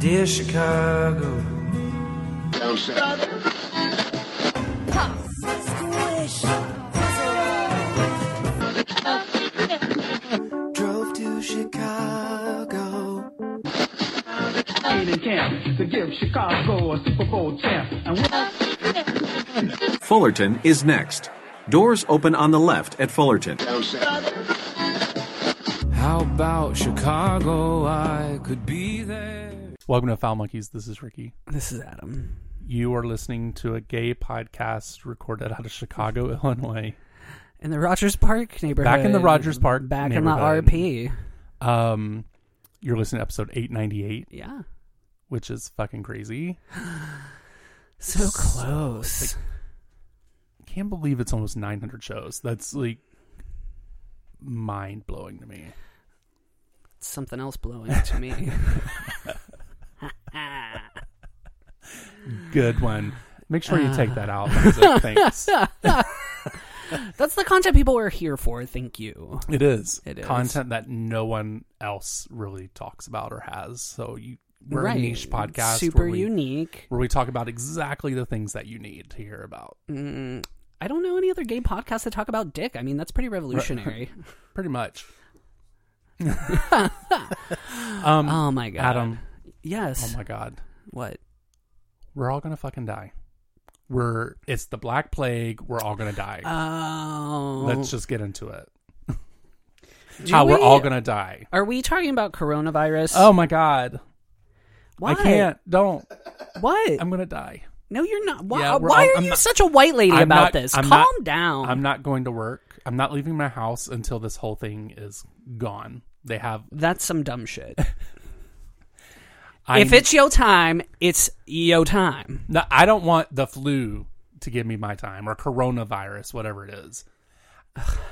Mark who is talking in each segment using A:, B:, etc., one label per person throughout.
A: Dear Chicago, drove to Chicago.
B: in camp to give Chicago a Super Bowl champ. And
C: Fullerton is next. Doors open on the left at Fullerton.
A: How about Chicago? I could be there.
D: Welcome to Foul Monkeys. This is Ricky.
E: This is Adam.
D: You are listening to a gay podcast recorded out of Chicago, Illinois.
E: In the Rogers Park neighborhood.
D: Back in the Rogers Park
E: Back in the
D: neighborhood.
E: RP.
D: Um, you're listening to episode 898,
E: Yeah.
D: which is fucking crazy.
E: So close.
D: Can't believe it's almost 900 shows. That's like mind blowing to me.
E: Something else blowing to me.
D: Good one. Make sure you take that out. Liza. Thanks.
E: That's the content people are here for. Thank you.
D: It is
E: It is.
D: content that no one else really talks about or has. So you, we're
E: right.
D: a niche podcast,
E: Super
D: where we-
E: unique.
D: where we talk about exactly the things that you need to hear about.
E: Mm, I don't know any other gay podcasts that talk about dick. I mean, that's pretty revolutionary.
D: Pretty much. um,
E: oh my god.
D: Adam, oh
E: Yes.
D: my God,
E: what?
D: we're all gonna fucking die. We're it's the Black Plague. We're all gonna die.
E: Uh, Oh.
D: Let's just get into it.
E: Do
D: How we're
E: we-
D: all gonna die.
E: Are we talking about coronavirus?
D: Oh my God,
E: Why?
D: I can't. Don't.
E: What?
D: I'm gonna die.
E: No, you're not. Why,
D: Yeah, we're
E: why
D: all-
E: are
D: I'm
E: you
D: not-
E: such a white lady
D: I'm
E: about
D: not-
E: this?
D: I'm
E: Calm
D: not-
E: down.
D: I'm not going to work. I'm not leaving my house until this whole thing is gone. They have.
E: That's some dumb shit.
D: I,
E: if it's yo time, it's yo time.
D: No, I don't want the flu to give me my time or coronavirus, whatever it is.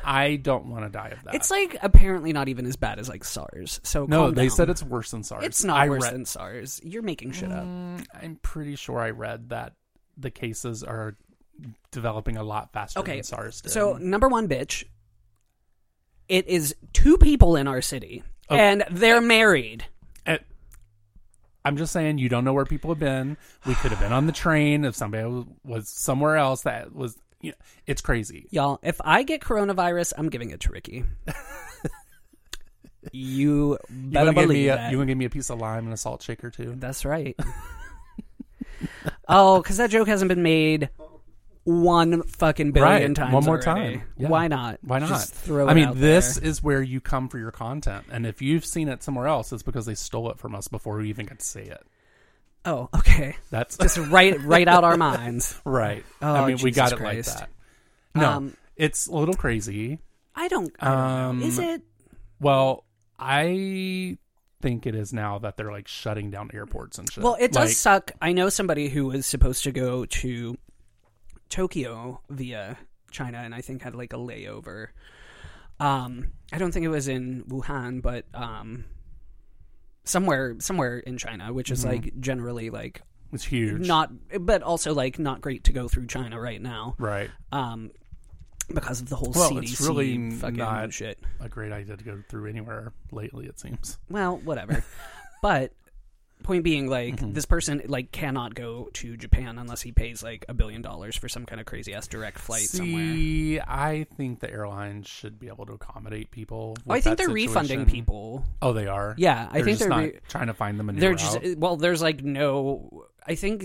D: I don't want to die of that.
E: It's like apparently not even as bad as like SARS. So
D: no,
E: calm
D: they
E: down.
D: said it's worse than SARS.
E: It's not
D: I
E: worse
D: read-
E: than SARS. You're making shit up.
D: I'm pretty sure I read that the cases are developing a lot faster
E: Okay,
D: than SARS did.
E: So number one, bitch. It is two people in our city,
D: Oh.
E: and they're married.
D: Eh, I'm just saying, you don't know where people have been. We could have been on the train if somebody was- was somewhere else that was. You know, it's crazy.
E: Y'all, if I get coronavirus, I'm giving it to Ricky. you
D: You
E: better
D: want to give
E: believe
D: me a,
E: that.
D: you gonna give me a piece of lime and a salt shaker too?
E: That's right. oh, because that joke hasn't been made one fucking billion
D: Right,
E: times.
D: One more
E: already.
D: time. Yeah.
E: Why not?
D: Why not?
E: Just throw.
D: I
E: it
D: mean,
E: out
D: this
E: there.
D: is where you come for your content, and if you've seen it somewhere else, it's because they stole it from us before we even got to see it.
E: Oh, okay.
D: That's
E: Just right, right out our minds.
D: right.
E: Oh,
D: I mean, we
E: Jesus
D: got it
E: Christ.
D: like that. No,
E: Um,
D: it's a little crazy.
E: I don't.
D: Um,
E: is it?
D: Well, I think it is now that they're like shutting down airports and shit.
E: Well, it does
D: Like,
E: suck. I know somebody who was supposed to go to Tokyo via China, and I think had like a layover. Um, I don't think it was in Wuhan, but um, somewhere, somewhere in China, which
D: Mm-hmm.
E: is like generally like
D: It's huge.
E: not, but also like not great to go through China right now,
D: right.
E: um, because of the whole
D: Well,
E: CDC
D: it's really
E: fucking
D: not-
E: shit.
D: A great idea to go through anywhere lately. It seems.
E: Well, whatever. but point being, like
D: Mm-hmm.
E: this person like cannot go to Japan unless he pays like a billion dollars for some kind of crazy ass direct flight somewhere.
D: See, I think the airlines should be able to accommodate people.
E: Oh, I
D: with
E: think
D: that
E: they're refunding
D: situation.
E: people.
D: Oh, they are.
E: Yeah, I
D: They're
E: think
D: just
E: they're
D: not
E: re-
D: trying to find them. A new
E: They're
D: route.
E: just uh, well, there's like no. I think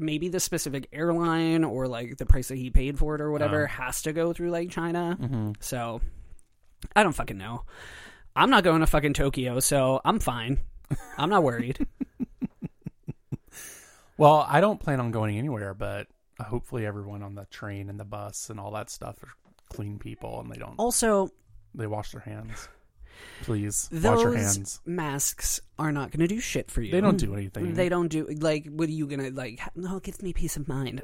E: maybe the specific airline or like the price that he paid for it or whatever
D: Uh-huh.
E: has to go through like China.
D: Mm-hmm.
E: So I don't fucking know. I'm not going to fucking Tokyo, so I'm fine. I'm not worried.
D: Well, I don't plan on going anywhere, but uh, hopefully everyone on the train and the bus and all that stuff are clean people and they don't
E: also,
D: they wash their hands. Please wash
E: those
D: your hands.
E: masks are not going to do shit for you.
D: They don't do anything.
E: They don't do like. What are you gonna like? No, it gives me peace of mind.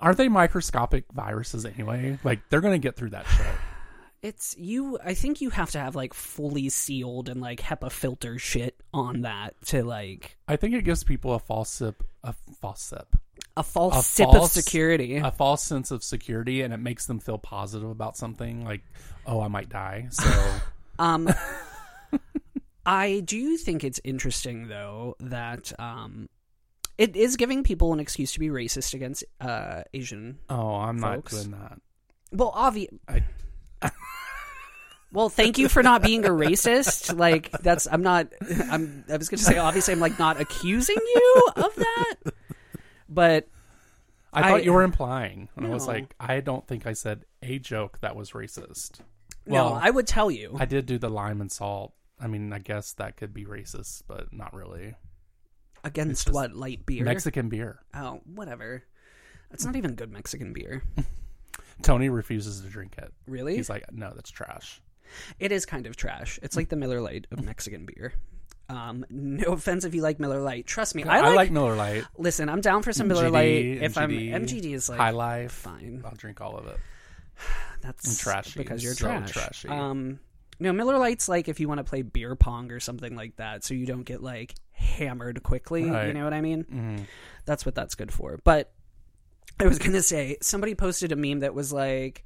D: Aren't they microscopic viruses anyway? Like they're gonna get through that shit.
E: It's you. I think you have to have like fully sealed and like HEPA filter shit on that to like
D: I think it gives people a false sip a false sip.
E: a false
D: A
E: sip
D: false-
E: of security.
D: A false sense of security and it makes them feel positive about something, like, oh I might die. So
E: um, I do think it's interesting though that um, it is giving people an excuse to be racist against uh, Asian.
D: Oh, I'm
E: Folks.
D: not doing that.
E: Well, obvi-
D: I-
E: well, thank you for not being a racist. Like that's I'm not. I'm. I was going to say obviously I'm like not accusing you of that, but
D: I,
E: I-
D: thought you were implying, and I was
E: No.
D: like, I don't think I said a joke that was racist.
E: no, I would tell you.
D: I did do the lime and salt. I mean, I guess that could be racist, but not really.
E: against what light beer?
D: Mexican beer.
E: Oh, whatever. That's not even good Mexican beer.
D: Tony refuses to drink it.
E: Really?
D: He's like, no, that's trash.
E: It is kind of trash. It's like the Miller Lite of Mexican beer. Um, no offense if you like Miller Lite. Trust me, I like.
D: Miller Lite.
E: listen, I'm down for some Miller
D: GD,
E: Lite. If I'm
D: MGD,
E: MGD is like
D: High Life,
E: fine.
D: I'll drink all of it.
E: that's
D: trashy,
E: because you're
D: so
E: trash.
D: trashy.
E: Um, no, Miller Lite's like if you want to play beer pong or something like that, so you don't get like hammered quickly. You
D: Right. Mm-hmm.
E: know what I mean? That's what that's good for. But I was gonna say somebody posted a meme that was like,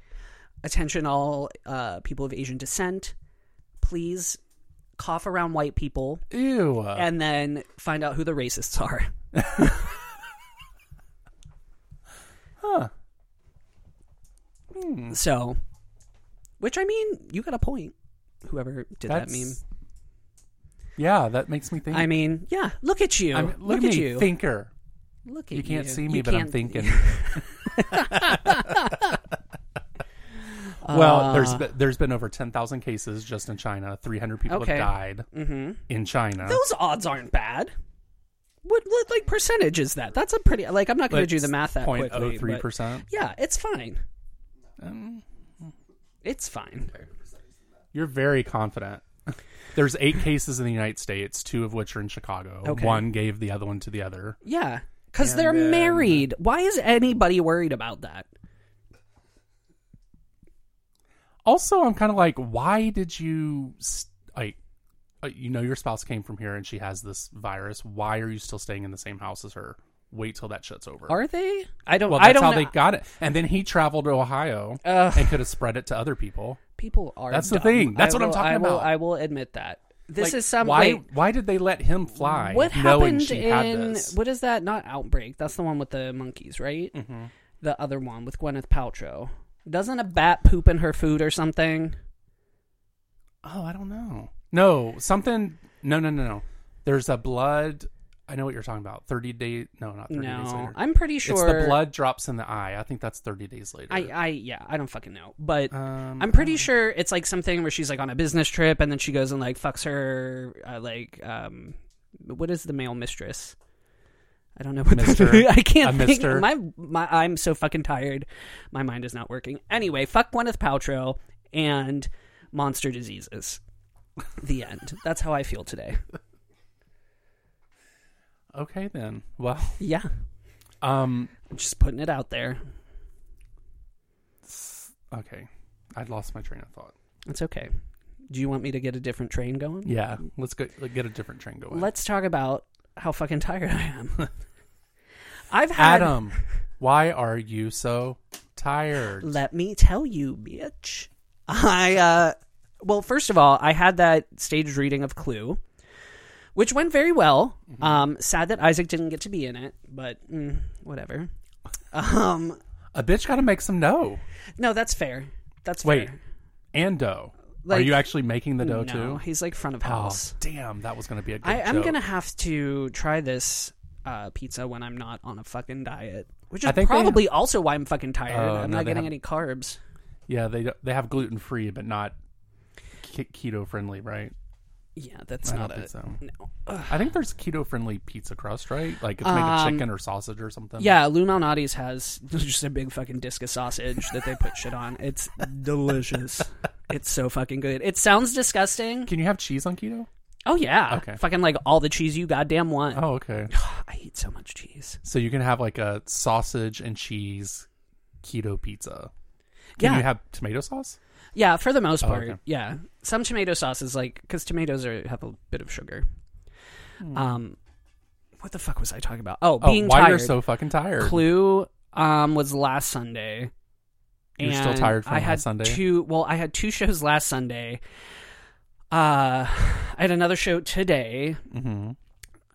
E: "Attention, all uh, people of Asian descent, please." Cough around white people
D: Ew.
E: and then find out who the racists are.
D: Hmm.
E: huh. So, which I mean, you got a point. Whoever did
D: that's,
E: that meme.
D: Yeah, that makes me think.
E: I mean, yeah. Look at you.
D: I mean,
E: look
D: look,
E: at
D: at me,
E: you.
D: thinker.
E: look at
D: You can't see
E: You
D: me, but I'm
E: can't-
D: thinking. well, there's
E: Uh.
D: be- there's been over ten thousand cases just in China. Three hundred people
E: Okay. Mm-hmm.
D: have died in China.
E: Those odds aren't bad. What, what like percentage is that? That's a pretty like I'm not going to do the math that
D: point oh
E: quickly.
D: three
E: but-
D: percent. Um, hmm.
E: Yeah, it's fine. it's fine.
D: You're very confident. There's eight cases in the United States, two of which are in Chicago.
E: Okay.
D: One gave the other one to the other.
E: Yeah, because they're married. Why is anybody worried about that?
D: Also, I'm kind of like, why did you s- like? uh, You know, your spouse came from here and she has this virus. Why are you still staying in the same house as her? Wait till that shit's over.
E: Are they? I don't.
D: well,
E: I
D: that's
E: don't
D: how
E: know.
D: they got it. And then he traveled to Ohio
E: Ugh.
D: and could have spread it to other people.
E: People are.
D: That's the
E: dumb.
D: thing. That's
E: I
D: what I'm
E: will-
D: talking
E: I Will,
D: about.
E: I will admit that this
D: Like,
E: is some.
D: why.
E: like,
D: why did they let him fly?
E: what
D: knowing
E: happened
D: she
E: in
D: had this?
E: what is that? Not outbreak. That's the one with the monkeys, right? Mm-hmm. The other one with Gwyneth Paltrow. Doesn't a bat poop in her food or something?
D: Oh, I don't know. No, something. No, no, no, no. There's a blood. I know what you're talking about. Thirty days. No, not thirty days
E: No,
D: later.
E: I'm pretty sure
D: It's the blood drops in the eye. I think that's thirty days later.
E: I, I yeah, I don't fucking know. But
D: Um,
E: I'm pretty sure it's like something where she's like on a business trip and then she goes and like fucks her uh, like um what is the male mistress? I don't know what
D: Mister.
E: I can't
D: A
E: think.
D: mister.
E: My my I'm so fucking tired. My mind is not working. Anyway, fuck Gwyneth Paltrow and monster diseases. The end. That's how I feel today.
D: okay then. Well,
E: Yeah.
D: um,
E: Just putting it out there.
D: okay. I lost my train of thought.
E: It's okay. Do you want me to get a different train going?
D: Yeah, let's go let's get a different train going.
E: Let's talk about how fucking tired I am. I've had
D: Adam, why are you so tired?
E: Let me tell you, bitch. I uh well, first of all, I had that staged reading of Clue, which went very well.
D: Mm-hmm.
E: Um sad that Isaac didn't get to be in it, but mm, whatever. Um
D: a bitch got to make some dough
E: no, that's fair. That's
D: Wait,
E: fair.
D: and dough. are
E: Like-
D: you actually making the dough
E: no,
D: too?
E: he's like front of
D: Oh,
E: house.
D: damn! That was going to be a good
E: I am
D: joke.
E: gonna have to try this uh, pizza when I'm not on a fucking diet, which is
D: I think they
E: probably also why I'm fucking tired.
D: Oh,
E: I'm
D: no,
E: not
D: they
E: getting
D: have-
E: any carbs.
D: Yeah, they don't- they have gluten free, but not ke- keto friendly, right?
E: Yeah, that's
D: I
E: not
D: don't
E: a
D: think so.
E: no.
D: I think there's keto friendly pizza crust, right? Like it's made of chicken or sausage or something.
E: Um, Yeah, Lou Malnati's has just a big fucking discus sausage that they put shit on. It's delicious. it's so fucking good. It sounds disgusting.
D: Can you have cheese on keto?
E: Oh yeah,
D: Okay.
E: fucking like all the cheese you goddamn want.
D: Oh, okay.
E: I eat so much cheese.
D: So you can have like a sausage and cheese keto pizza. Can
E: yeah,
D: you have tomato sauce?
E: yeah, for the most part.
D: Oh, okay.
E: Yeah, some tomato sauces like because tomatoes are have a bit of sugar. Um, what the fuck was I talking about? Oh,
D: Hmm. Oh,
E: being
D: why
E: tired.
D: you're so fucking tired?
E: Clue um was last Sunday.
D: You're still
E: and
D: tired from
E: I
D: last
E: had
D: Sunday?
E: Two well, I had two shows last Sunday. Uh, I had another show today.
D: Mm-hmm.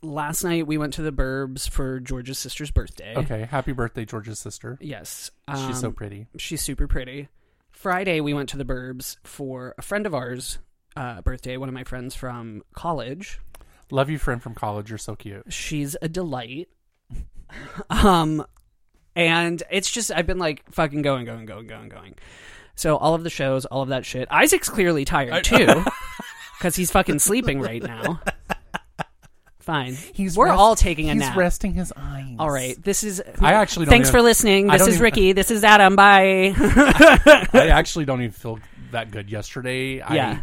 E: Last night we went to the Burbs for George's sister's birthday.
D: Okay, happy birthday, George's sister.
E: Yes.
D: She's so
E: um,
D: pretty.
E: She's super pretty. Friday, we went to the Burbs for a friend of ours' uh, birthday, one of my friends from college.
D: Love you, friend from college. You're so cute.
E: She's a delight. um, and it's just, I've been like fucking going, going, going, going, going. So all of the shows, all of that shit. Isaac's clearly tired too, because he's fucking sleeping right now. Fine.
D: He's
E: We're
D: rest-
E: all taking a
D: he's
E: nap.
D: resting his eyes.
E: all right. This is.
D: I actually don't
E: Thanks
D: even-
E: for listening.
D: I
E: This
D: don't
E: is
D: even-
E: Ricky. This is Adam. Bye.
D: I actually don't even feel that good yesterday.
E: Yeah.
D: I,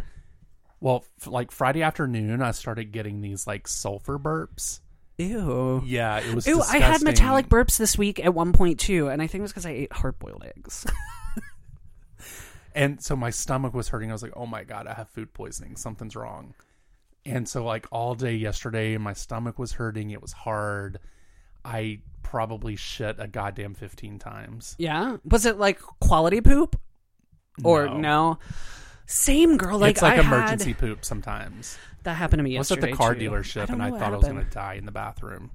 D: well, f- like Friday afternoon, I started getting these like sulfur burps.
E: Ew.
D: Yeah, it was.
E: Ooh, I had
D: disgusting.
E: metallic burps this week at 1.2, and I think it was because I ate hard boiled eggs.
D: and so my stomach was hurting. I was like, "Oh my god, I have food poisoning. Something's wrong." And so like all day yesterday, my stomach was hurting. It was hard. I probably shit a goddamn 15 times.
E: yeah. Was it like quality poop? Or
D: No.
E: no? Same girl. Like,
D: it's like
E: I
D: emergency
E: had-
D: poop sometimes.
E: that happened to me
D: I was at
E: yesterday.
D: the car
E: too.
D: dealership
E: don't
D: and I
E: know what
D: thought I was going
E: happened.
D: to die in the bathroom.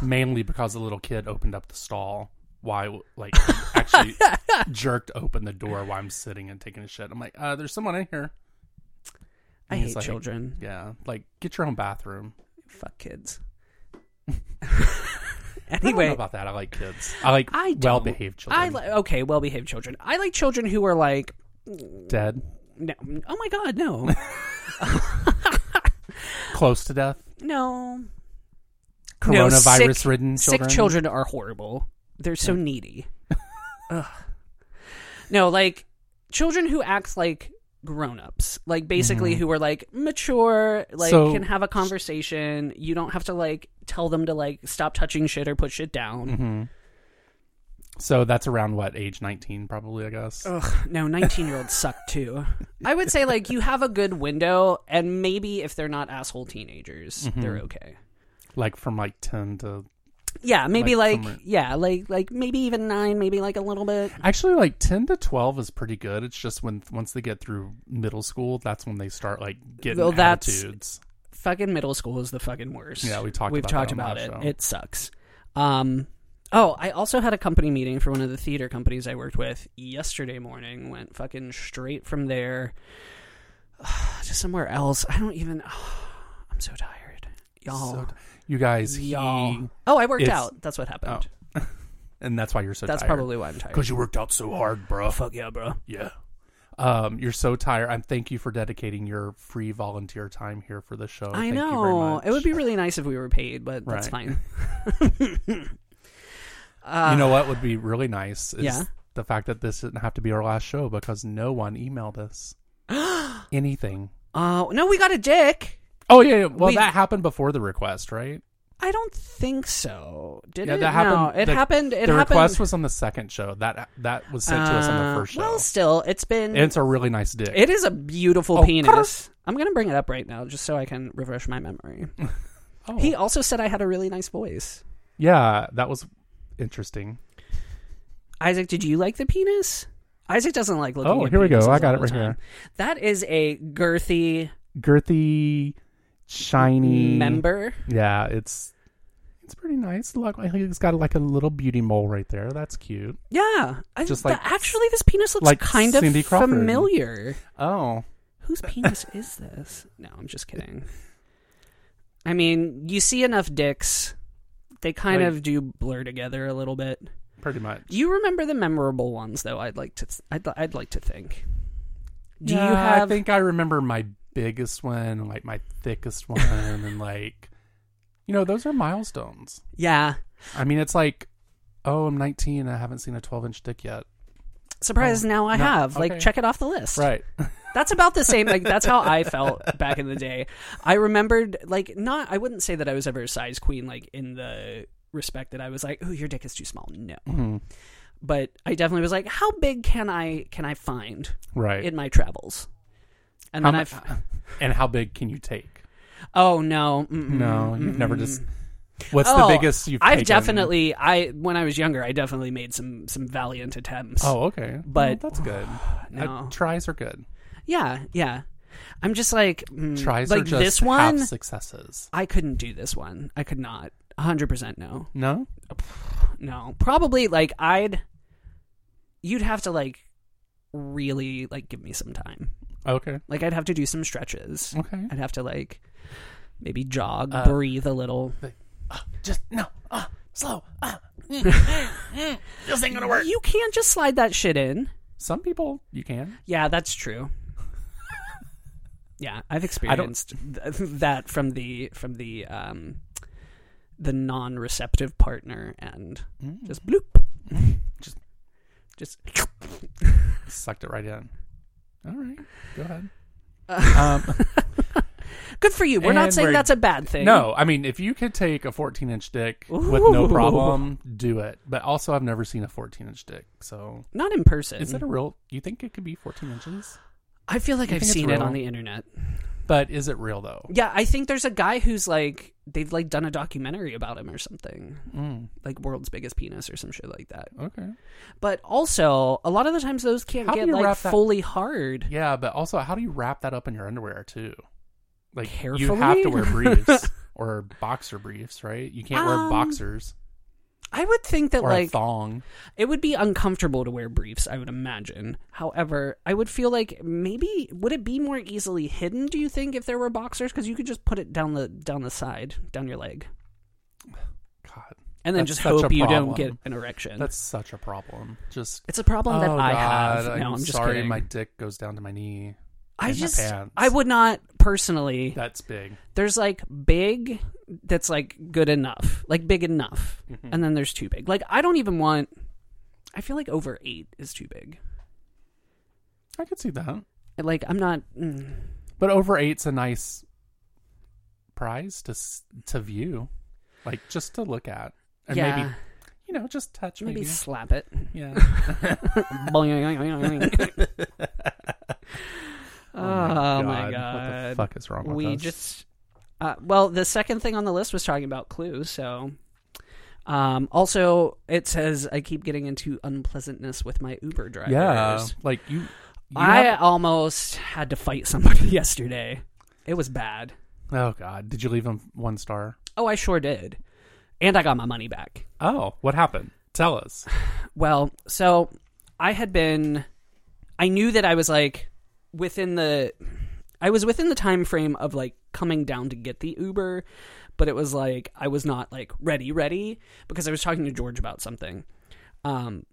D: Mainly because the little kid opened up the stall. Why, like, actually jerked open the door while I'm sitting and taking a shit. I'm like, uh, there's someone in here.
E: I
D: And he's
E: hate
D: like,
E: children.
D: Yeah. Like, get your own bathroom.
E: Fuck kids.
D: I don't know
E: anyway,
D: about that. I like kids. I like
E: I don't.
D: well behaved children.
E: I li- okay, well behaved children. I like children who are like
D: Dead.
E: no, oh my god, no.
D: Close to death.
E: no. No,
D: Coronavirus
E: sick-
D: ridden children.
E: Sick children are horrible. They're so needy. Ugh. No, like children who act like grown-ups. Like basically who are like mature, like
D: Mm-hmm. So-
E: can have a conversation. You don't have to like tell them to like stop touching shit or put shit down.
D: Mm-hmm. So that's around what age? 19, probably, I guess.
E: Ugh, no, 19 year olds suck too. I would say, like, you have a good window, and maybe if they're not asshole teenagers, they're
D: Mm-hmm.
E: okay.
D: Like from like 10 to
E: Yeah, maybe
D: Like,
E: like,
D: somewhere-
E: yeah, like, like maybe even nine, maybe like a little bit.
D: Actually, like ten to twelve is pretty good. It's just when once they get through middle school, that's when they start like getting
E: Well, that's-
D: attitudes.
E: Fucking middle school is the fucking worst.
D: Yeah, we talked
E: We've
D: about that
E: talked
D: on
E: about
D: the
E: it.
D: last show.
E: It sucks. Um, oh, I also had a company meeting for one of the theater companies I worked with yesterday morning. Went fucking straight from there to somewhere else. I don't even. I'm so tired, y'all.
D: So, you guys, he,
E: Y'all. Oh, I worked
D: it's- Oh,
E: out. That's what happened.
D: and that's why you're so.
E: That's probably why I'm tired.
D: because you worked out so hard, bro.
E: Fuck yeah, bro.
D: Yeah. Um, you're so tired. And thank you for dedicating your free volunteer time here for the show.
E: I
D: Thank
E: know.
D: You very much.
E: It would be really nice if we were paid, but that's
D: Right.
E: fine.
D: you know what would be really nice is
E: Uh, Yeah.
D: the fact that this didn't have to be our last show because no one emailed us anything.
E: Uh, no, we got a dick.
D: Oh yeah, yeah. well
E: We-
D: that happened before the request, right?
E: I don't think so. Did
D: Yeah,
E: it?
D: that happened.
E: No, it
D: the,
E: happened. It
D: the
E: happened.
D: request was on the second show. That that was sent to us on
E: Uh,
D: the first show.
E: Well, still, it's been.
D: and it's a really nice dick.
E: it is a beautiful
D: Oh,
E: penis.
D: curse.
E: I'm gonna bring it up right now, just so I can refresh my memory.
D: Oh.
E: He also said I had a really nice voice.
D: yeah, that was interesting.
E: Isaac, did you like the penis? Isaac doesn't like looking.
D: Oh,
E: at
D: here we go.
E: penises
D: I got
E: all
D: it right
E: the time.
D: here.
E: That is a girthy
D: Girthy, shiny.
E: member.
D: Yeah, it's it's pretty nice. Look, I think it's got like a little beauty mole right there. That's cute.
E: Yeah, I,
D: Just
E: just
D: like-
E: actually, this penis looks
D: like
E: kind of
D: Cindy Crawford.
E: familiar.
D: Oh,
E: Whose penis is this? No, I'm just kidding. I mean, you see enough dicks; they kind
D: Like-
E: of do blur together a little bit.
D: pretty much.
E: You remember the memorable ones, though. I'd like to. I'd, I'd like to think. Do
D: Yeah,
E: you have?
D: I think I remember my biggest one, and like my thickest one, and like you know those are milestones.
E: yeah.
D: I mean, it's like, oh, I'm 19. I haven't seen a 12 inch dick yet.
E: Surprise! now I
D: Oh, no,
E: have.
D: okay.
E: Like, check it off the list.
D: Right.
E: That's about the same. Like that's how I felt back in the day. I remembered like not. I wouldn't say that I was ever a size queen. Like in the respect that I was like, "Ooh, your dick is too small." No,
D: Mm-hmm.
E: but I definitely was like, "How big can I can I find
D: Right.
E: in my travels?" And
D: How
E: then I.
D: mu- and how big can you take?
E: Oh no. Mm-mm.
D: No, you've never just. What's
E: Mm-hmm. Oh,
D: the biggest you've
E: I've
D: taken?
E: definitely I when I was younger I definitely made some some valiant attempts.
D: Oh, okay.
E: But-
D: Well, that's good. Uh,
E: No.
D: tries are good.
E: Yeah, yeah. I'm just like, mm,
D: Tries
E: like
D: are just
E: this one,
D: half successes.
E: I couldn't do this one. I could not. 100% no.
D: No,
E: No. Probably like I'd you'd have to like really like give me some time.
D: okay,
E: Like I'd have to do some stretches.
D: okay. Uh,
E: I'd have to like maybe jog, breathe a little.
D: Just no, uh, slow. Uh, this ain't gonna work.
E: You can't just slide that shit in.
D: Some people you can.
E: Yeah, that's true. yeah, I've experienced th- that from the from the um the non-receptive partner and
D: Mm.
E: just bloop.
D: Mm-hmm.
E: Just just
D: Sucked it right in. All right, go ahead.
E: Uh,
D: Um,
E: good for you. We're not
D: And
E: saying
D: we're-
E: that's a bad thing.
D: No, I mean if you could take a 14 inch dick with no
E: Ooh.
D: problem, do it. But also, I've never seen a 14 inch dick, so
E: Not in person.
D: is that a real? You think it could be 14 inches?
E: I feel like
D: You
E: I've
D: think it's
E: seen it
D: real?
E: on the internet.
D: But is it real though?
E: Yeah, I think there's a guy who's like they've like done a documentary about him or something.
D: Mm,
E: Like world's biggest penis or some shit like that.
D: okay.
E: But also, a lot of the times those can't
D: How do
E: get
D: you
E: like
D: wrap that-
E: fully hard.
D: Yeah, but also, how do you wrap that up in your underwear too? Like you
E: Carefully?
D: have to wear briefs or boxer briefs, right? You can't wear
E: Um,
D: boxers
E: I would think that
D: or a
E: like
D: thong.
E: it would be uncomfortable to wear briefs, I would imagine. However, I would feel like maybe would it be more easily hidden, do you think, if there were boxers cuz you could just put it down the down the side, down your leg.
D: God,
E: And then
D: That's
E: just
D: such a
E: hope you don't
D: problem.
E: get an erection.
D: that's such a problem. Just
E: it's a problem that
D: Oh,
E: I
D: God,
E: have. No, I'm, just
D: sorry.
E: kidding.
D: My dick goes down to my knee.
E: I
D: in my
E: just
D: pants.
E: I would not personally.
D: That's big.
E: There's like big that's like good enough. Like big enough.
D: Mm-hmm.
E: And then there's too big. Like I don't even want I feel like over 8 is too big.
D: I could see that.
E: Like I'm not mm,
D: But over eight's a nice prize to s- to view, like just to look at, and
E: yeah.
D: maybe you know just touch
E: Maybe,
D: maybe.
E: slap it.
D: Yeah.
E: Boing. oh my god!
D: What the fuck is wrong with
E: we
D: us?
E: just uh, well, the second thing on the list was talking about Clue. So, um, also it says I keep getting into unpleasantness with my Uber drivers.
D: yeah, like you. you
E: I
D: have-
E: almost had to fight somebody yesterday. It was bad.
D: oh god, did you leave him one star?
E: Oh, I sure did, and I got my money back.
D: Oh, what happened? Tell us.
E: Well, so I had been I knew that I was like within the I was within the time frame of like coming down to get the Uber, but it was like I was not like ready ready because I was talking to George about something. Um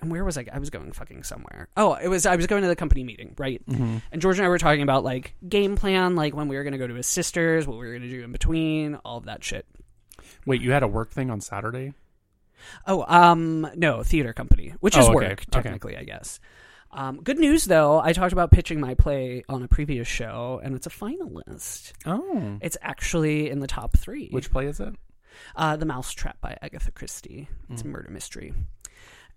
E: and where was I? I was going fucking somewhere. Oh, it was I was going to the company meeting, right? And George and I were talking about like game plan, like when we were going to go to his sister's, what we were going to do in between, all of that shit.
D: Wait, you had a work thing on Saturday?
E: Oh, um, no, theater company, which is
D: Oh, okay.
E: work
D: Okay.
E: technically, I guess. Um, good news though, I talked about pitching my play on a previous show, and it's a finalist.
D: Oh,
E: It's actually in the top three.
D: which play is it?
E: uh, the Mousetrap by Agatha Christie. It's
D: Mm.
E: a murder mystery.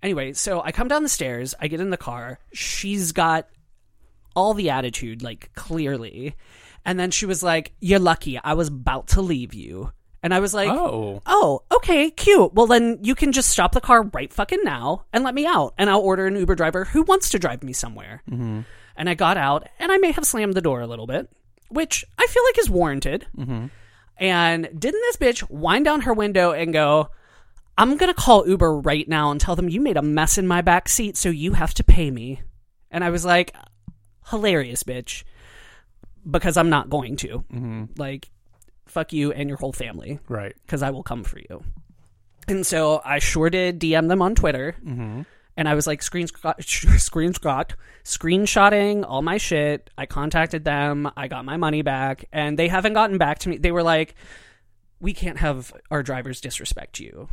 E: Anyway, so I come down the stairs, I get in the car. She's got all the attitude, like clearly, and then she was like, "You're lucky. I was about to leave you," and I was like,
D: Oh,
E: oh, okay, cute. Well, then you can just stop the car right fucking now and let me out, and I'll order an Uber driver who wants to drive me somewhere. And I got out, and I may have slammed the door a little bit, which I feel like is warranted. And didn't this bitch wind down her window and go, I'm going to call Uber right now and tell them you made a mess in my back seat, so you have to pay me. And I was like, hilarious, bitch, because I'm not going to. Like, fuck you and your whole family
D: right.
E: because I will come for you. And so I sure did DM them on Twitter, and I was like screen screenshot screenshotting all my shit. I contacted them, I got my money back, and they haven't gotten back to me. They were like, "We can't have our drivers disrespect you.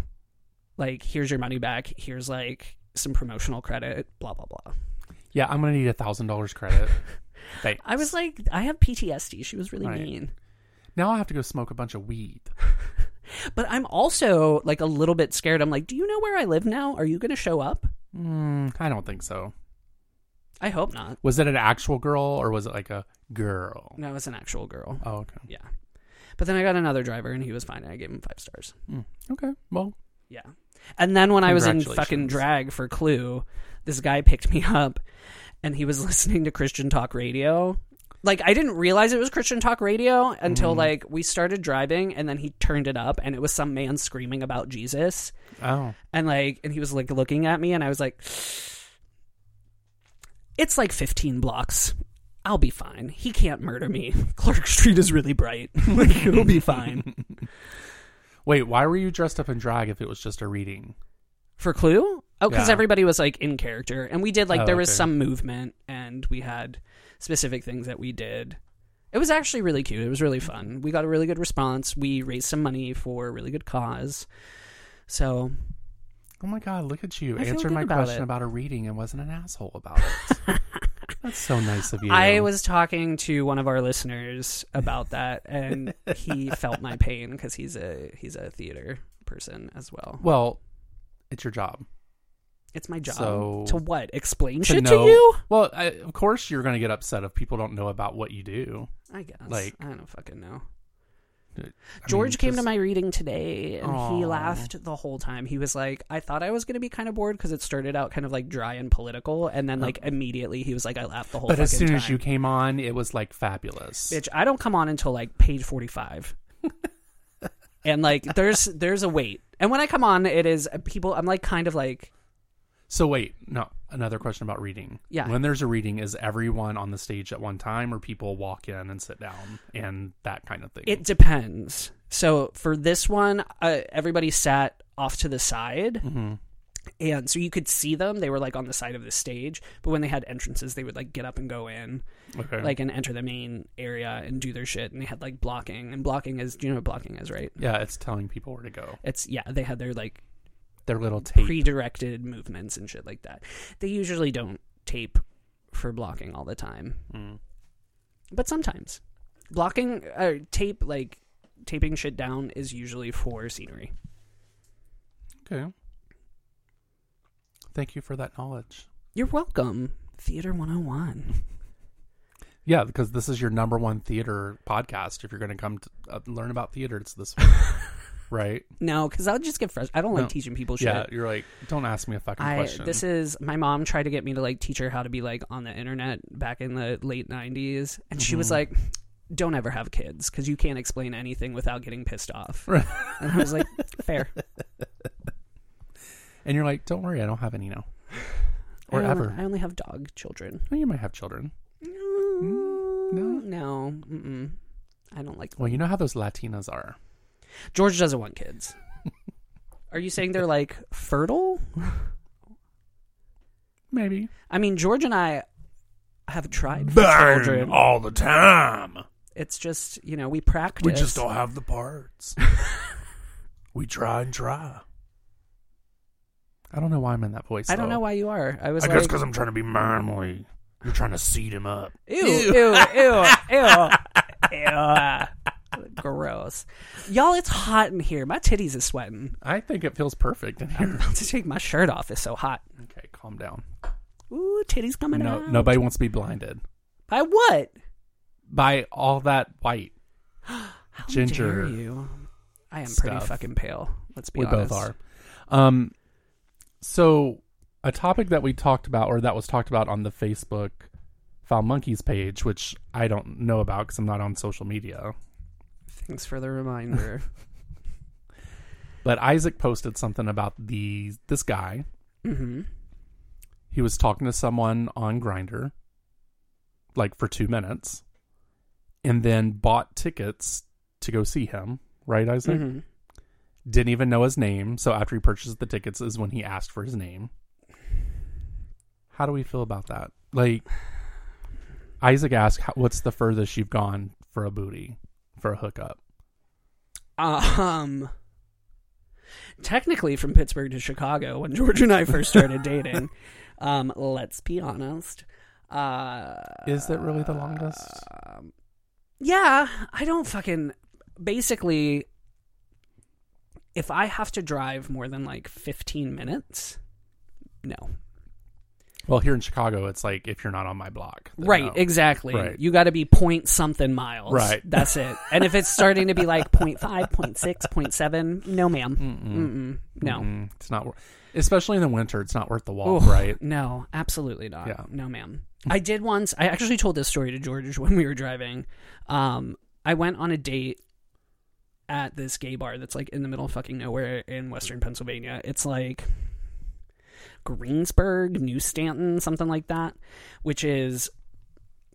E: Like, here's your money back. Here's like some promotional credit. Blah blah blah."
D: Yeah, I'm gonna need a thousand dollars credit. Thanks.
E: I was like, "I have PTSD." She was really
D: Right.
E: mean.
D: now I have to go smoke a bunch of weed.
E: But I'm also like a little bit scared. I'm like, "Do you know where I live now? Are you going to show up?"
D: Mm, I don't think so.
E: I hope not.
D: Was it an actual girl or was it like a girl?
E: No, it's an actual girl.
D: Oh, okay.
E: Yeah. But then I got another driver and he was fine and I gave him five stars.
D: Mm, okay. Well,
E: Yeah. And then when I was in fucking
D: Congratulations.
E: drag for Clue, this guy picked me up and he was listening to Christian talk radio like I didn't realize it was Christian talk radio until like we started driving and then he turned it up and it was some man screaming about Jesus
D: Oh,
E: and like and he was like looking at me and I was like it's like 15 blocks. I'll be fine. He can't murder me. Clark Street is really bright. like it'll be fine.
D: wait. Why were you dressed up in drag if it was just a reading?
E: For Clue? Oh, because
D: Yeah.
E: everybody was like in character, and we did like
D: Oh,
E: there was
D: okay.
E: some movement, and we had specific things that we did. It was actually really cute. It was really fun. We got a really good response. We raised some money for a really good cause. So
D: Oh my God! Look at you
E: I feel
D: answering
E: good
D: my
E: about
D: question
E: it.
D: about a reading and wasn't an asshole about it. That's so nice of you.
E: I was talking to one of our listeners about that, and he felt my pain because he's a he's a theater person as well.
D: well. It's your job.
E: It's my job
D: So-
E: to what explain
D: to
E: shit
D: know-
E: to you.
D: Well, I, of course you're going to get upset if people don't know about what you do.
E: I guess.
D: Like-
E: I don't fucking know.
D: I
E: George
D: mean,
E: came to
D: just-
E: my reading today and he
D: Aw.
E: laughed the whole time. He was like, I thought I was going to be kind of bored because it started out kind of like dry and political. And then, like, immediately he was like, I laughed the whole
D: But as
E: fucking
D: soon as
E: time.
D: you came on, it was like fabulous.
E: Bitch, I don't come on until like page 45. and like, there's there's a wait. And when I come on, it is uh, people, I'm like, kind of like,
D: So wait, no, another question about reading.
E: Yeah.
D: When there's a reading, is everyone on the stage at one time or people walk in and sit down and that kind of thing?
E: It depends. So for this one, uh, everybody sat off to the side. And so you could see them. They were like on the side of the stage. But when they had entrances, they would like get up and go in,
D: okay.
E: like and enter the main area and do their shit. And they had like blocking. And blocking is, do you know what blocking is, right?
D: yeah, it's telling people where to go.
E: It's, yeah, they had their like
D: Their little tape.
E: pre directed movements and shit like that. They usually don't tape for blocking all the time,
D: Mm.
E: but sometimes. Blocking or tape, like taping shit down, is usually for scenery.
D: okay. Thank you for that knowledge.
E: You're welcome, Theater 101.
D: Yeah, because this is your number one theater podcast. If you're going to come to uh, learn about theater, it's this one. right?
E: No, because I'll just get frustrated. I don't like
D: No.
E: teaching people shit.
D: Yeah, you're like, don't ask me a fucking
E: I,
D: question.
E: this is my mom tried to get me to like teach her how to be like on the internet back in the late 90s and she was
D: Mm-hmm.
E: like don't ever have kids because you can't explain anything without getting pissed off and i was like fair
D: and you're like, don't worry, I don't have any now. Or
E: I only-
D: ever.
E: I only have dog children.
D: Well, you might have children.
E: No, no, mm-mm. I don't like.
D: Well, you know how those Latinas are.
E: George doesn't want kids. Are you saying they're like fertile?
D: Maybe.
E: I mean, George and I have tried for
D: Burn
E: children.
D: all the time.
E: It's just you know we practice.
D: We just don't have the parts. we try and try. I don't know why I'm in that voice.
E: I don't
D: though.
E: know why you are. I was
D: I
E: like,
D: guess because I'm trying to be manly. You're trying to seed him up.
E: ew, ew, ew, ew, ew. Gross. Y'all, it's hot in here. My titties is sweating.
D: I think it feels perfect in here.
E: I'm about to take my shirt off. It's so hot.
D: okay, calm down.
E: Ooh, titties coming
D: No,
E: out.
D: nobody wants to be blinded
E: By what?
D: by all that white.
E: How
D: ginger
E: dare you? I am pretty
D: stuff.
E: fucking pale. Let's be
D: we
E: honest.
D: both are. Um, so a topic that we talked about, or that was talked about on the Facebook Foul Monkeys page, which I don't know about because I'm not on social media.
E: Thanks for the reminder.
D: But Isaac posted something about the this guy.
E: hmm
D: He was talking to someone on Grinder, like for two minutes, and then bought tickets to go see him. Right, Isaac
E: hmm
D: didn't even know his name. So after he purchased the tickets, is when he asked for his name. How do we feel about that? Like Isaac asked, how- "What's the furthest you've gone for a booty, for a hookup?"
E: Um, technically from Pittsburgh to Chicago when George and I first started dating. Um, let's be honest. Uh,
D: Is that really the longest?
E: yeah, I don't fucking. Basically, if I have to drive more than like 15 minutes, no,
D: Well, here in Chicago, it's like if you're not on my block, then
E: Right,
D: no.
E: exactly.
D: Right.
E: You got to be point something miles.
D: Right.
E: That's it. And if it's starting to be like point five, point six, point seven, no, ma'am. Mm-mm. No.
D: Mm, it's not. wor- especially in the winter. It's not worth the walk,
E: Oh,
D: right?
E: No, absolutely not.
D: Yeah.
E: No, ma'am. I did once. I actually told this story to George when we were driving. Um, I went on a date at this gay bar that's like in the middle of fucking nowhere in Western Pennsylvania. It's like Greensburg, New Stanton, something like that, which is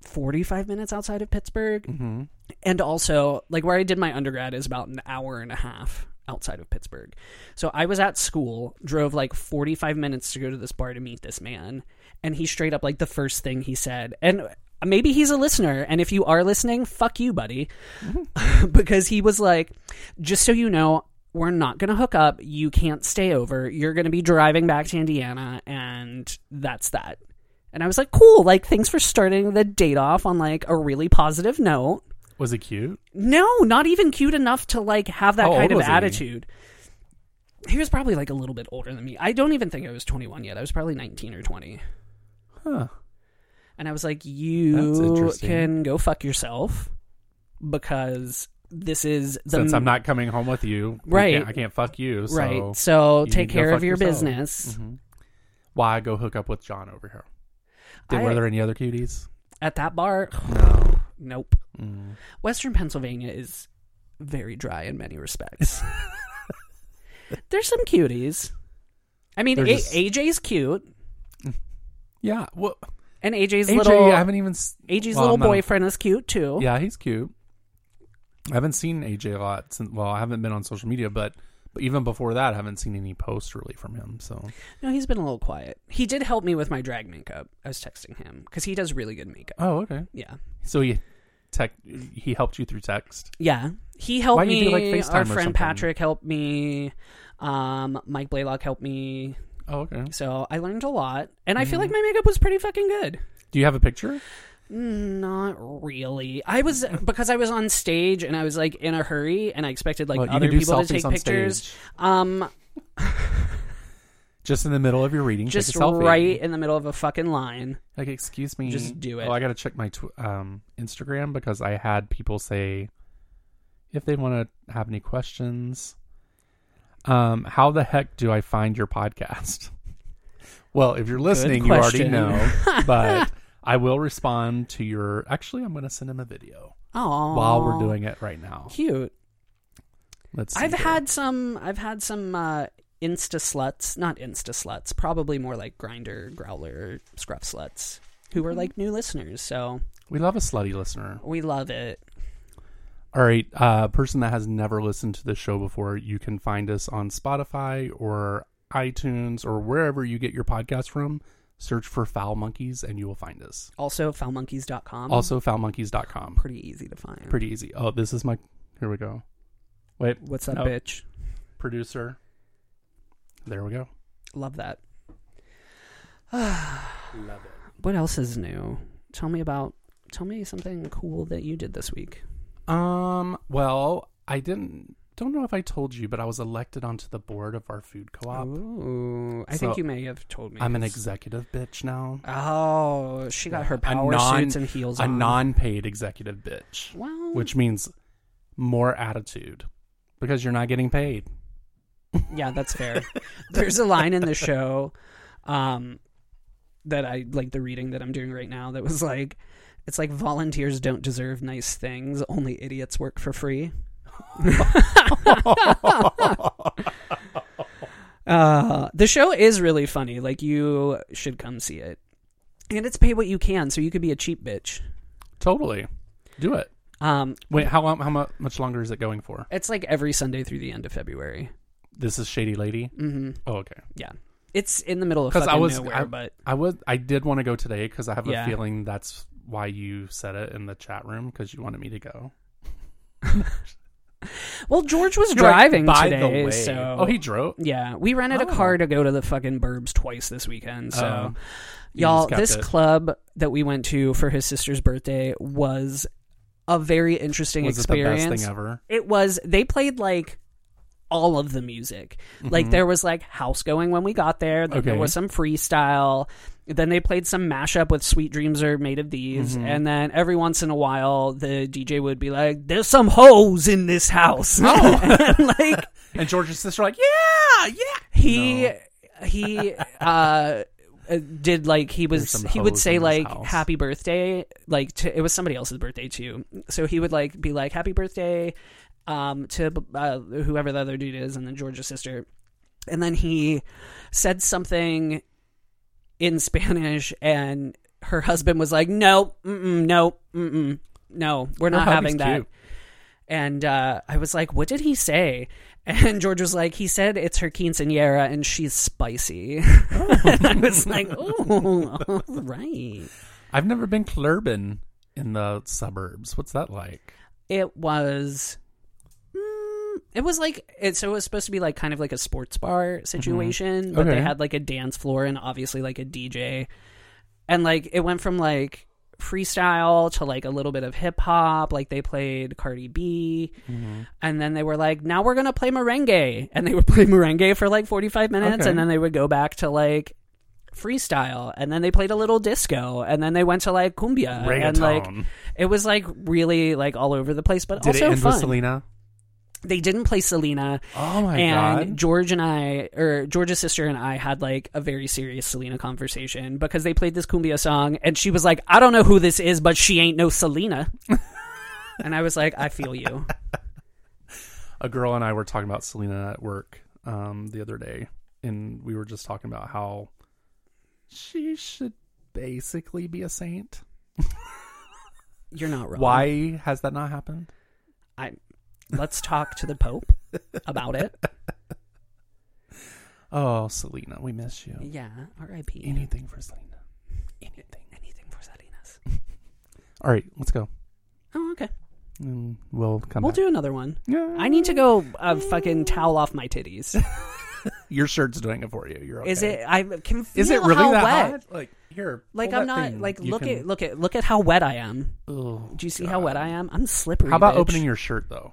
E: 45 minutes outside of Pittsburgh.
D: Mm-hmm.
E: And also, like where I did my undergrad is about an hour and a half outside of Pittsburgh. So I was at school, drove like 45 minutes to go to this bar to meet this man, and he straight up like the first thing he said. And maybe he's a listener, and if you are listening, fuck you, buddy. because he was like, just so you know, we're not going to hook up. You can't stay over. You're going to be driving back to Indiana, and that's that. And I was like, cool. Like, thanks for starting the date off on like a really positive note.
D: Was it cute?
E: No, not even cute enough to like have that
D: How
E: kind
D: old
E: of
D: was he?
E: attitude. He was probably like a little bit older than me. I don't even think I was 21 yet. I was probably 19 or 20.
D: Huh.
E: And I was like,
D: That's
E: you
D: interesting.
E: can go fuck yourself because this is the
D: Since I'm not coming home with you, we
E: Right.
D: can't- I can't fuck you. So
E: right.
D: you
E: So take
D: can go
E: care of
D: fuck
E: your
D: yourself. Mm-hmm.
E: business.
D: why go hook up with John over here? Did,
E: I-
D: were there any other cuties?
E: At that bar,
D: No. Mm.
E: nope. Western Pennsylvania is very dry in many respects. There's some cuties. I mean,
D: They're
E: a-
D: just-
E: AJ's cute,
D: Yeah. Well,
E: and AJ's
D: AJ,
E: little
D: I haven't even. s-
E: AJ's
D: well,
E: little
D: I'm not-
E: boyfriend is cute too.
D: yeah, he's cute. I haven't seen AJ a lot since. Well, I haven't been on social media, but but even before that, I haven't seen any posts really from him. So
E: No, he's been a little quiet. He did help me with my drag makeup. I was texting him because he does really good makeup.
D: oh, okay.
E: Yeah,
D: So he tech he helped you through text.
E: yeah. He helped
D: Why don't
E: me.
D: you do, like,
E: Our
D: FaceTime or
E: friend
D: something?
E: Patrick helped me. Um, Mike Blaylock helped me.
D: Oh, okay.
E: So I learned a lot, and I feel like
D: Mm-hmm.
E: my makeup was pretty fucking good.
D: Do you have a picture?
E: Not really. I was because I was on stage and I was like in a hurry, and I expected like
D: Well, you
E: other
D: can do
E: people to
D: selfies
E: take
D: on
E: pictures.
D: stage.
E: Um,
D: Just in the middle of your reading,
E: just
D: take a selfie.
E: right in the middle of a fucking line.
D: Like, excuse me.
E: Just do it.
D: Oh, I gotta check my tw- um, Instagram because I had people say if they want to have any questions. Um, how the heck do I find your podcast? Well, if you're listening, you already
E: question.
D: know, but I will respond to your. Actually, I'm gonna send them a video
E: Oh,
D: while we're doing it right now.
E: cute.
D: Let's. see
E: I've
D: here.
E: had some. I've had some uh, insta sluts, not insta sluts, probably more like grinder, growler, scruff sluts, who
D: Mm-hmm.
E: were like new listeners. So
D: We love a slutty listener.
E: we love it.
D: All right, uh, person that has never listened to the show before, you can find us on Spotify or iTunes or wherever you get your podcast from. Search for Foul Monkeys and you will find us.
E: Also, foulmonkeys.com.
D: Also, foulmonkeys.com.
E: pretty easy to find.
D: Pretty easy. Oh, this is my. Here we go. Wait,
E: What's up,
D: No.
E: bitch?
D: producer. There we go.
E: Love that. What else is new? Tell me about. Tell me something cool that you did this week.
D: Um. Well, I didn't. Don't know if I told you, but I was elected onto the board of our food co-op.
E: Ooh, I
D: So,
E: think you may have told me.
D: I'm an
E: this.
D: executive bitch now.
E: Oh, she got her
D: a
E: power
D: non-
E: suits and heels
D: a
E: on.
D: non-paid executive bitch
E: Well,
D: which means more attitude because you're not getting paid
E: yeah, that's fair. There's a line in the show um, that I like the reading that I'm doing right now that was like, it's like volunteers don't deserve nice things, only idiots work for free. uh, the show is really funny. Like, you should come see it. And it's pay what you can, so you could be a cheap bitch.
D: totally do it
E: Um,
D: wait how long how mu- much longer is it going for
E: it's like every Sunday through the end of February.
D: this is shady lady mm-hmm. oh okay
E: Yeah, it's in the middle of
D: because
E: fucking
D: i was
E: nowhere,
D: I,
E: but
D: I was i did want to go today because i have
E: Yeah.
D: a feeling that's why you said it in the chat room because you wanted me to go
E: Well, George was
D: You're like,
E: driving
D: by the
E: today,
D: way.
E: so
D: oh he drove
E: yeah, we rented a
D: Oh.
E: car to go to the fucking burbs twice this weekend.
D: Oh.
E: So,
D: You
E: y'all,
D: just kept
E: this
D: it.
E: club that we went to for his sister's birthday was a very interesting
D: was
E: experience.
D: it the best thing ever
E: It was. They played like all of the music. Like there was like house going when we got there. Then There
D: Okay.
E: was some freestyle. Then they played some mashup with "Sweet Dreams Are Made of These," and then every once in a while, the DJ would be like, "There's some hoes in this house." Oh, like
D: and george's sister like yeah yeah
E: he he uh uh, did like he was
D: some
E: he would
D: hoes
E: say
D: in this
E: like
D: house.
E: happy birthday like to, it was somebody else's birthday too so he would like be like happy birthday um to uh, whoever the other dude is and then george's sister and then he said something in spanish and her husband was like no mm-mm, no mm-mm, no we're not
D: Oh,
E: having
D: he's
E: that
D: cute.
E: and uh, I was like, "What did he say?" And George was like, "He said it's her quinceanera and she's spicy." and I was like, "Oh, all right."
D: I've never been to Lurban in the suburbs. What's that like?
E: It was, mm, it was like it. So it was supposed to be like kind of like a sports bar situation, but
D: Mm-hmm. Okay.
E: they had like a dance floor and obviously like a DJ, and like it went from like freestyle to like a little bit of hip hop. Like they played Cardi B.
D: Mm-hmm.
E: And then they were like, now we're going to play merengue. And they would play merengue for like 45 minutes.
D: Okay.
E: And then they would go back to like freestyle. And then they played a little disco. And then they went to like cumbia. And like,
D: Reggaeton.
E: it was like really like all over the place, but
D: Did it
E: also
D: end
E: fun.
D: with Selena?
E: They didn't play Selena.
D: Oh my
E: and
D: god!
E: George and I, or George's sister and I, had like a very serious Selena conversation because they played this cumbia song, and she was like, "I don't know who this is, but she ain't no Selena." and I was like, "I feel you."
D: a girl and I were talking about Selena at work um, the other day, and we were just talking about how she should basically be a saint.
E: You're not wrong.
D: Why has that not happened?
E: I let's talk to the Pope about it.
D: Oh, Selena, we miss you.
E: Yeah, R.I.P.
D: Anything for Selena.
E: anything, anything for Salinas.
D: All right, let's go.
E: Oh, okay.
D: And we'll come
E: We'll
D: back.
E: do another one.
D: Yeah.
E: I need to go uh, fucking towel off my titties.
D: Your shirt's doing it for you. You're okay.
E: Is it? I can feel
D: Is it really
E: how
D: that
E: wet.
D: hot? Like here,
E: Like
D: pull
E: I'm
D: that
E: not
D: thing.
E: like
D: You
E: look
D: can-
E: at look at look at how wet I am.
D: Oh,
E: Do you see
D: God.
E: how wet I am? I'm slippery.
D: How about
E: bitch.
D: opening your shirt though?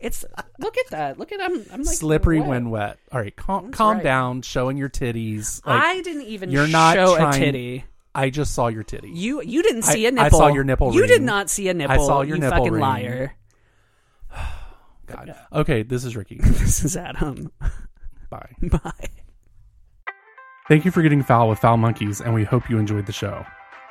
E: It's look at that. Look at I'm I'm like
D: Slippery
E: wet.
D: when wet. All right, calm, calm
E: right.
D: down. Showing your titties. Like,
E: I didn't even
D: you're not
E: show
D: trying-
E: a titty.
D: I just saw your titty.
E: You you didn't
D: I-
E: see a
D: I
E: nipple.
D: saw your nipple
E: You did
D: ring.
E: not see a nipple.
D: saw your
E: you
D: nipple
E: fucking
D: ring.
E: liar.
D: God. Okay, this is Ricky.
E: This is Adam.
D: Bye.
E: Bye.
D: Thank you for getting foul with Foul Monkeys, and we hope you enjoyed the show.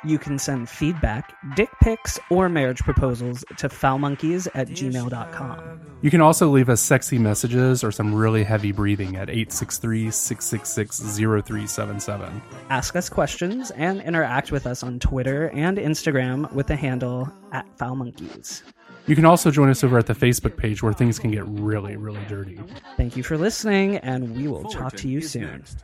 E: You can send feedback, dick pics, or marriage proposals to foulmonkeys at gmail.com.
D: You can also leave us sexy messages or some really heavy breathing at 863 666 0377.
E: Ask us questions and interact with us on Twitter and Instagram with the handle at foulmonkeys.
D: You can also join us over at the Facebook page where things can get really, really dirty.
E: Thank you for listening, and we will talk to
C: Fullerton
E: you
C: is
E: soon.
C: next.